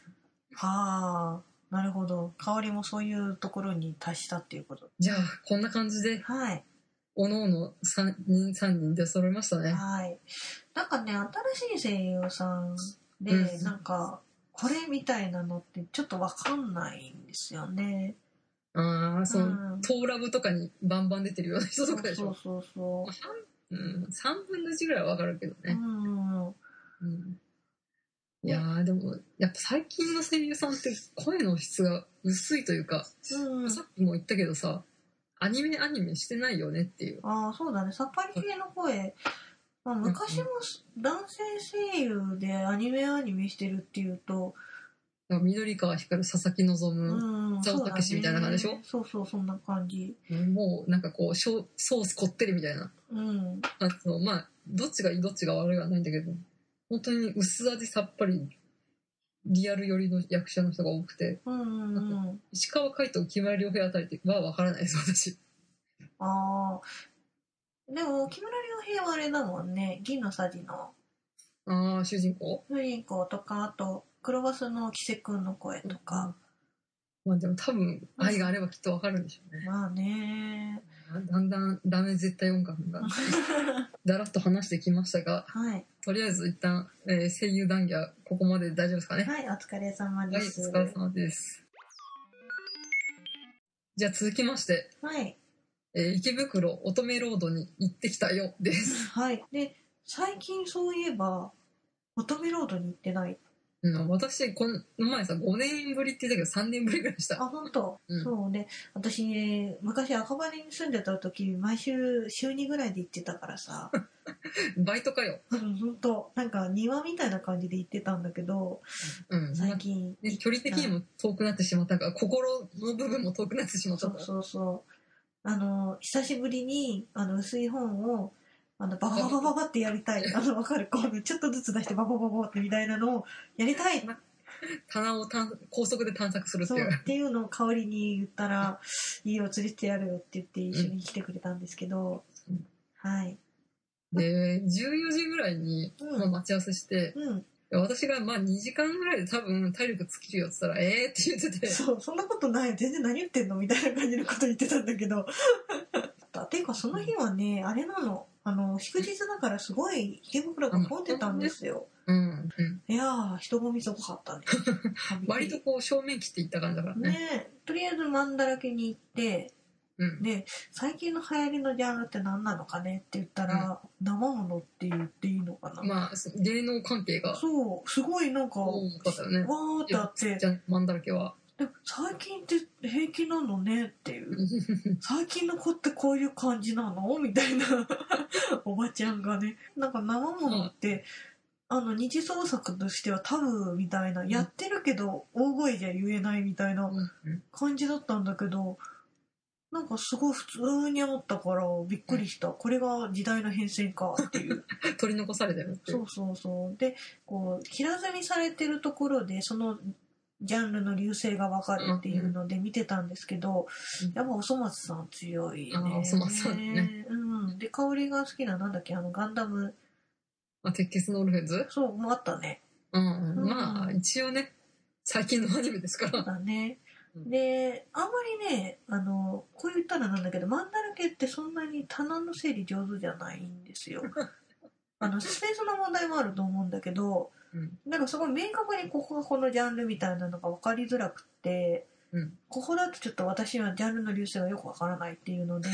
A: あ、なるほど。香りもそういうところに達したっていうこと。
B: じゃあこんな感じで
A: はい。
B: おのおの3人3人で揃いましたね。
A: はい。なんかね、新しい声優さんで、
B: うん
A: なんか、これみたいなのってちょっとわかんないんですよね。
B: ああその、
A: うん
B: トーラブとかにバンバン出てるような人とかでし
A: そう
B: ょ。
A: そうそ
B: まあ半うん、3分の1ぐらいはわかるけど
A: う。う
B: ね。
A: ん。
B: うんいやーでもやっぱ最近の声優さんって声の質が薄いというか、
A: うん。
B: さっきも言ったけどさアニメアニメしてないよねっていう。
A: ああ、そうだね。さっぱり系の声。まあ、昔も男性声優でアニメアニメしてるっていうと、
B: だから緑川光佐々木
A: う
B: 希、
A: ん、
B: 沢
A: そう
B: 武史みたいな感じでしょ
A: だねそうそう、そんな感じ。
B: もうなんかこうショソースこってるみたいな
A: うん。
B: あのまあどっちがいいどっちが悪いはないんだけど本当に薄味さっぱりリアル寄りの役者の人が多くて
A: うんうんうん。
B: 石川海と木村良平あたりは分からないです私
A: ああ。でも、木村良平はあれだもんね。銀のさじの
B: ああ主人公
A: 主人公とか、あと、黒バスのキセくんの声とか。
B: まあでも多分愛があればきっと分かるんでしょうね
A: まあね。
B: だんだんダメ絶対音楽がだらっと話してきましたが
A: はい。
B: とりあえず一旦、えー声優談義はここまでで大丈夫ですかね
A: はい、お疲れ様で
B: はい、お
A: す。
B: 疲れ様です。じゃあ続きまして、
A: はい。
B: えー池袋乙女ロードに行ってきたよです。
A: はい。で、最近そういえば、乙女ロードに行ってない。
B: うん、私、この前さ、5年ぶりって言ったけど、3年ぶりぐらいした。
A: あ、本当、
B: うん
A: そうね。私ね、昔赤羽に住んでた時、毎週週2ぐらいで行ってたか らさ、
B: バイトかよ。
A: うん本当なんか庭みたいな感じで行ってたんだけど、
B: うん。
A: 最近。
B: ね、距離的にも遠くなってしまったが、心の部分も遠くなってしまった
A: そ
B: か
A: う
B: ら。
A: そうそう。あの、久しぶりに、あの、薄い本を、あの、ババババババってやりたい。あの、わかる。こう、ちょっとずつ出してバババババってみたいなのをやりたい
B: 棚を探高速で探索するって
A: そう
B: い
A: っ
B: う。
A: ていうのを香りに言ったら「いいよ連れてやるよ」って言って一緒に来てくれたんですけど、
B: うん
A: はい
B: で、14時ぐらいに、
A: うん
B: まあ待ち合わせして、
A: うん
B: 私がまあ2時間ぐらいで多分体力尽きるよって言ったら、えーって言ってて、
A: そうそんなことない全然何言ってんのみたいな感じのこと言ってたんだけど ていうかその日はねあれなのあの祝日だからすごい池袋が混んでたんですよ、
B: うん、うん。
A: いやー人混みすご かったね
B: 割とこう正面切っていった感じだからね。
A: ねえとりあえずマンだらけに行って
B: うん。
A: で最近の流行りのジャンルって何なのかねって言ったら、生ものって言っていいのかな、
B: まあ、芸能関係が
A: そう、すごいなんか、わ
B: 多かったよね。
A: ーってあって
B: じ、ゃあ、マンだらけは。
A: でも最近って平気なのねっていう。最近の子ってこういう感じなのみたいな おばちゃんがね。なんか生ものって、あの、二次創作としてはタブーみたいな、やってるけど大声じゃ言えないみたいな
B: うん
A: 感じだったんだけど、なんかすごい普通にあったからびっくりした。これが時代の変遷かっていう。
B: 取り残されてるってい。
A: そううそうそう。で、こう、平積みされてるところで、そのジャンルの流星がわかるっていうので見てたんですけど、
B: うん
A: やっぱおそ松さん強いね。
B: あーおそ松さんね。
A: うん。で、香りが好きな、なんだっけ、あの、ガンダム。
B: あ、鉄血のオルフェンズ
A: そう、もうあったね。
B: うん
A: うん
B: まあ、一応ね、最近のアニメですから。
A: だね。
B: うん
A: で、あんまりね、あの、こう言ったらなんだけど、マンダラケってそんなに棚の整理上手じゃないんで すよ。あの、スペースの問題もあると思うんだけど、
B: うん。
A: なんかすごい明確にここがこのジャンルみたいなのが分かりづらくって、
B: うん
A: ここだとちょっと私はジャンルの流星がよく分からないっていうので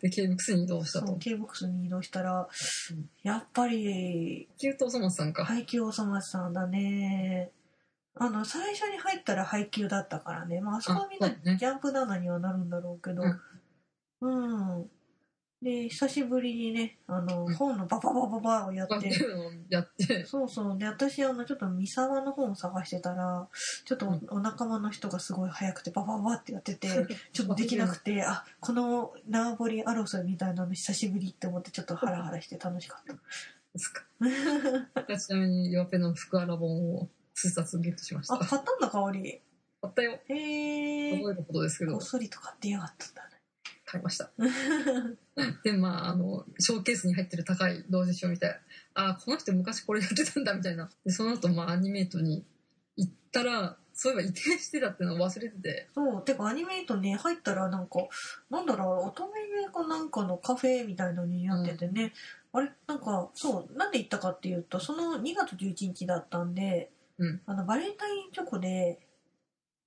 B: で、ケーブックスに移動し
A: そ
B: た
A: の
B: と。
A: K-BOX に移動したら、
B: うん
A: やっぱり
B: 急とおそ松さんか。
A: 配給おそ松さんだねあの最初に入ったら配給だったからねまああそこはみんな
B: あそうね
A: ジャンプ7にはなるんだろうけどうん、で久しぶりにねあの、
B: うん
A: 本のバババババをやっ
B: バ
A: て
B: ッ。グをやって、
A: そうそう。で、私、あの、ちょっと三沢の本を探してたら、ちょっと
B: うん
A: お,、仲間の人がすごい早くて、バババって やってて、ちょっとできなくて、あ、この縄張り争いみたいなの久しぶりって思って、ちょっとハラハラして楽しかった。
B: です か。ちなみに、ヨアペの福原本を数冊ゲットしました。
A: あ、
B: 買
A: 買ったんだ、香り。
B: ったよ。
A: へえ。
B: 覚えるほどですけ
A: こ
B: ど
A: っ、そりと買ってやがったんだね。
B: 買いました。で、まあ、あの、ショーケースに入ってる高い同時書を見て、あ、この人昔これやってたんだ、みたいな。で、その後、まあ、アニメートに行ったら、そういえば移転してたってのを忘れてて、
A: そう、てかアニメイトね、入ったらなんか、なんだろう、乙女家かなんかのカフェみたいのになっててね、あれなんか、そう、なんで行ったかっていうと、その2月11日だったんで、
B: うん
A: あの、バレンタインチョコで、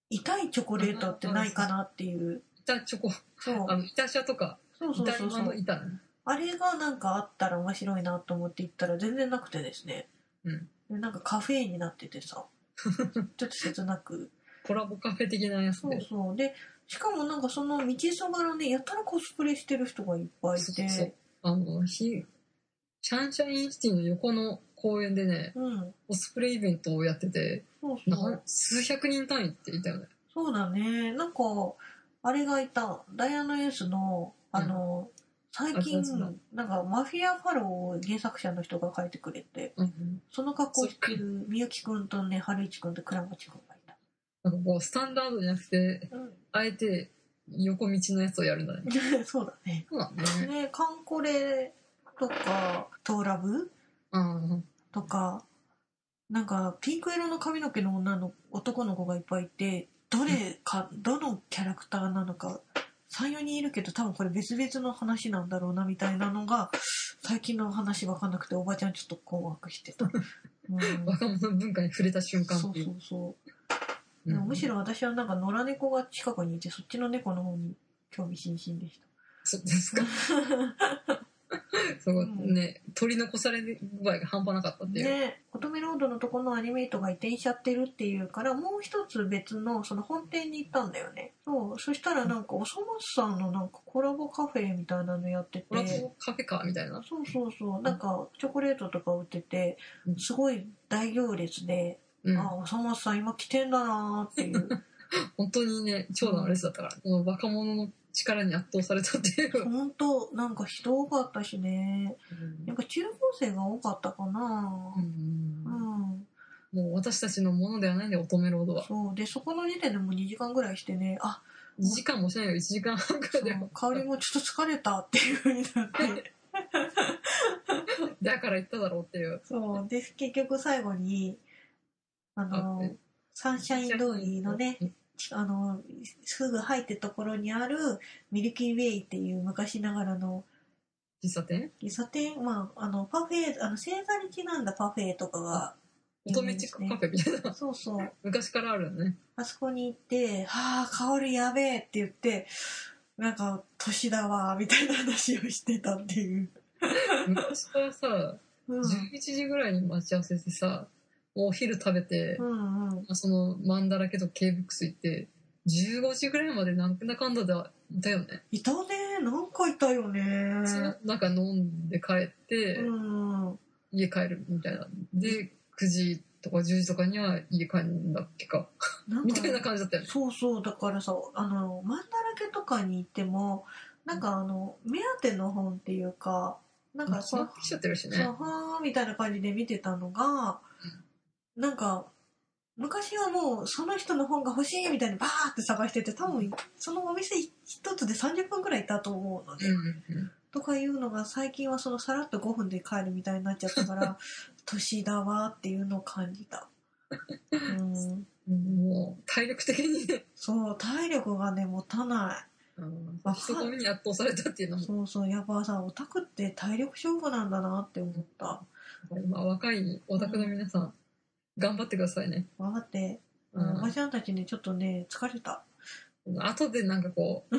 A: 痛いチョコレートってないかなっていう、
B: 板チョコ、
A: そう、
B: あの、板車とか、
A: そうそう
B: 板
A: そうそ
B: 山の
A: う、
B: 板ね。
A: あれがなんかあったら面白いなと思って行ったら全然なくてですね、
B: うん
A: でなんかカフェになって てさ、ちょっと切なく。
B: コラボカフェ的なやつ
A: そう
B: で。
A: そう。で、しかもなんかその道そばのね、やたらコスプレしてる人がいっぱいい
B: そうそう
A: て、
B: あの、ひ、シャンシャインシティの横の公園でね、
A: うん。
B: コスプレイベントをやってて、
A: そうそ
B: なん
A: う。
B: 数百人単位っていたよね。
A: そうだね。なんか、あれがいた、ダイアナ・エースの、あの、最近
B: あそうそう、
A: なんかマフィア・ファローを原作者の人が書いてくれて、
B: うん。
A: その格好してるみゆきくんとね、はるいちくんと倉持くんがいた。
B: なんかこう、スタンダードじゃなくて、あえて横道のやつをやるんだね。
A: うん。 そうだね。
B: そうだね。
A: ね、カンコレとか、トーラブ
B: うん。
A: とか、なんかピンク色の髪の毛の女の男の子がいっぱいいて、どれか、どのキャラクターなのか、3、4人いるけど多分これ別々の話なんだろうなみたいなのが、最近の話わかんなくておばちゃんちょっと困惑して た。うん
B: 若者文化に触れた瞬間
A: そ
B: っ
A: う
B: てい。
A: そううそ
B: う
A: う。
B: ん
A: むしろ私はなんか野良猫が近くにい て、そっちの猫の方に興味津々でした。
B: そうですか。その
A: うん
B: ね、取り残され具合が半端なかったっていう。
A: ね乙女ロードのとこのアニメイトが移転しちゃってるっていうからもう一つ別のその本店に行ったんだよねそうそしたらなんかおそ松さんのなんかコラボカフェみたいなのやってて
B: コラボカフェかみたいな。
A: そうそうそうなんかチョコレートとか売ってて
B: うん
A: すごい大行列で、
B: うん。
A: あおそ松さん今来てんだなーっていう
B: 本当にね、長蛇の列だったから、この若者の力に圧倒されたっていう。
A: 本当なんか人多かったしね
B: うん
A: やっぱ中高生が多かったかな
B: うん
A: うん、
B: もう私たちのものではないんだよ、乙女ロードは。
A: そうでそこの時点でもう2時間ぐらいしてねあ
B: 2時間もしないよ、1時間半くらいで
A: そう香りもちょっと疲れたっていうふうになって
B: だから言っただろうっていう。
A: そうで結局最後にあの
B: あ
A: サンシャイン通りのね。あのすぐ入ってところにあるミルキーウェイっていう昔ながらの
B: 喫茶店
A: 喫茶店まああのパフェあの星座にちなんだパフェとかが
B: 乙女チックカフェみたいな。
A: そうそう
B: 昔からあるよ ね。
A: あそこに行って「はあ香りやべえ」って言ってなんか年だわみたいな話をしてたっていう、
B: 昔からさ、
A: うん、
B: 11時ぐらいに待ち合わせしてさ、お昼食べて、
A: うんうん
B: まあそのマンダラケと K ブックス行って、15時ぐらいまでなんだかんだだいたよね。
A: いたねなんかいたよね
B: そのなんか飲んで帰って、
A: うん
B: 家帰るみたいな。で、9時とか10時とかには家帰るんだっけか。
A: なん
B: みたい
A: か
B: な感じだったよね。
A: そうそうだからさあのマンだらけとかに行ってもなんかあの目当ての本っていうかなん
B: な
A: か
B: んか
A: さ
B: ってきちゃってるし
A: そう
B: ね。
A: はーみたいな感じで見てたのがなんか昔はもうその人の本が欲しいみたいにバーって探してて多分そのお店一つで30分ぐらいいたと思うのね、
B: うんうんうん。
A: とかいうのが最近はそのさらっと5分で帰るみたいになっちゃったから 年だわっていうのを感じた。うん
B: もう体力的にね、
A: そう体力がね持たなわかる
B: そこに圧倒されたっていうの
A: い
B: も、
A: そうそうやっぱさオタクって体力勝負なんだなって思った
B: 今若いオタクの皆さん、頑張ってくださいね。
A: 分かって、
B: う
A: おば
B: ん
A: ちゃんたちねちょっとね疲れた
B: 後でなんかこ う、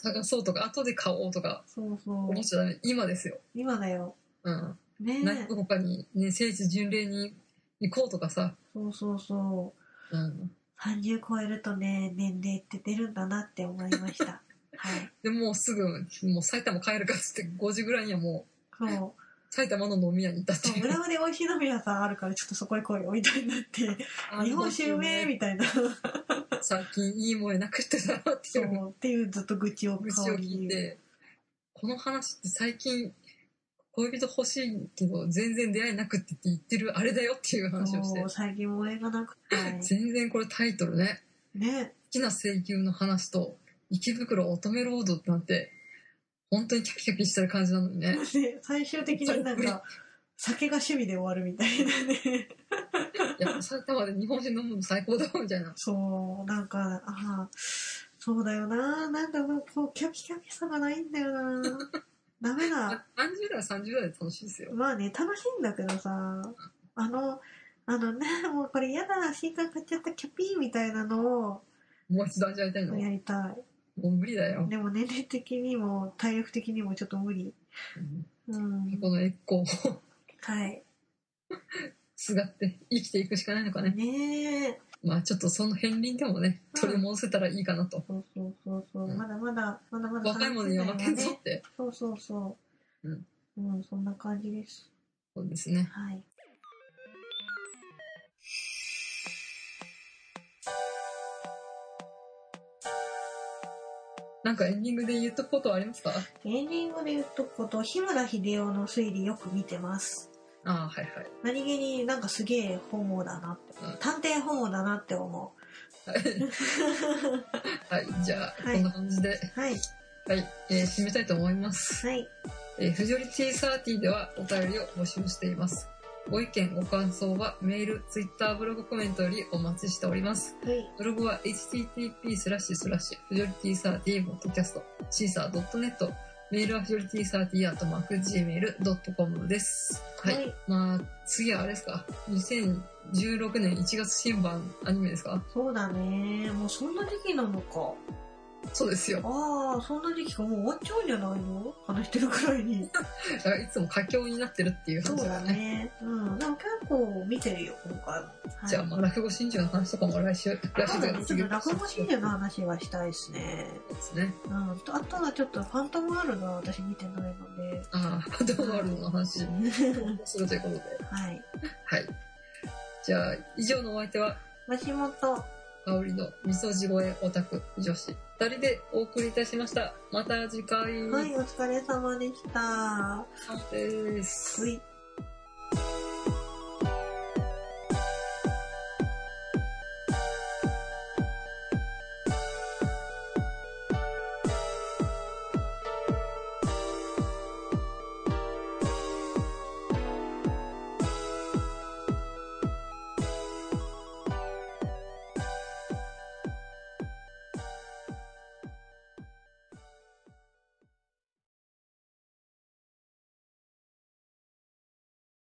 B: 探そうとか、後で買おうとか、
A: そうそう
B: 思っちゃダメ。今ですよ。
A: 今だよ
B: うん。
A: ね
B: 何個かに、ね、聖地巡礼に行こうとかさ、
A: そうそうそう
B: うん。
A: 30超えるとね年齢って出るんだなって思いましたはい
B: で、もうすぐ、もう埼玉帰るかっつって、5時ぐらいにはもう、
A: そう
B: 埼玉の飲み屋に行ったって
A: そう
B: いう。
A: 村まで美味しい飲み屋さんあるからちょっとそこへ来いよみたいになって
B: あ
A: 日本酒うめえみたいなそ
B: 最近いいもえなくってさ、っていう。
A: うっていうずっと愚痴を
B: 愚痴を
A: 顔
B: 聞い
A: に
B: て、この話って最近、恋人欲しいけど、全然出会えなくてって言ってるあれだよっていう話をして
A: そう、最近も映画なくて
B: 全然これタイトルね、
A: ね
B: 好きな声優の話と、池袋乙女ロードなんて、本当にキャピキャピしてる感じなのに ね。
A: で最終的になんか酒が趣味で終わるみたいなね
B: いや、埼玉で日本酒飲むの最高だわ、みたいな。
A: そうなんかああそうだよななんかもうこうキャピキャピさがないんだよなダメだ
B: あ30代は30代で楽しいですよ。
A: まあね楽しいんだけどさあのあのねもうこれやだ新刊買っちゃったキャピーみたいなの
B: もう一度味わいたいの。
A: をや
B: も
A: りたいう
B: 無理だよ。
A: でも年齢的にも体力的にもちょっと無理うん
B: このエッコを
A: はい
B: すがって生きていくしかないのかね。
A: ねえ
B: まあちょっとその片鱗でもね、
A: うん
B: 取り戻せたらいいかなと。
A: そうそうそうそう、
B: うん
A: まだまだまだまだ
B: 若い者には負けんぞって。
A: そうそうそう
B: うん、
A: うん、そんな感じです
B: そうですね。
A: はい
B: なんかエンディングで言っとくことはありますか
A: エンディングで言っとくこと日村秀夫の推理よく見てます
B: ああ、はいはい。
A: 何気になんかすげえホモだなって
B: うん
A: 探偵ホモだなって思
B: はい、じゃあ、
A: はい
B: こんな感じで、
A: う はい
B: はい、えー締めたいと思います。
A: はい
B: えー、フジョリティサーティではお便りを募集しています。ご意見、ご感想はメール、ツイッター、ブログコメントよりお待ちしております。
A: はい
B: ブログは http スラッシュスラッシュ、フジョリティサーティー、ポッドキャスト、シーサー .net、メールはフジョリティサーティーアートマーク、gmail.com です。はい。
A: はい
B: まあ、次はあれですか ?2016 年1月新版アニメですか
A: そうだねもうそんな時期なのか
B: そうですよ。
A: ああ、そんな時期かもう終わっちゃうんじゃないの話してるくらいに。
B: だからいつも佳境になってるっていう
A: そう
B: 話
A: だ
B: だね。
A: ね。うん。でも結構見てるよ、今回も。はい
B: じゃあ、まあ、落語真珠の話とかも来週、来
A: そ
B: 週
A: う
B: と
A: だ
B: いう
A: ね
B: か
A: ちょっと落語真珠の
B: そ
A: 話はしたいですね。
B: うですね。
A: うん。とあとはちょっとファントムワールドは私見てないので。
B: ああ、ドーマルドの話をするということで。
A: はい。
B: はい。じゃあ、以上のお相手は、
A: マシモと、
B: 香りの味噌地声オタク女子二人でお送りいたしました。また次回。
A: はい、お疲れ様でした。
B: です。
A: うい。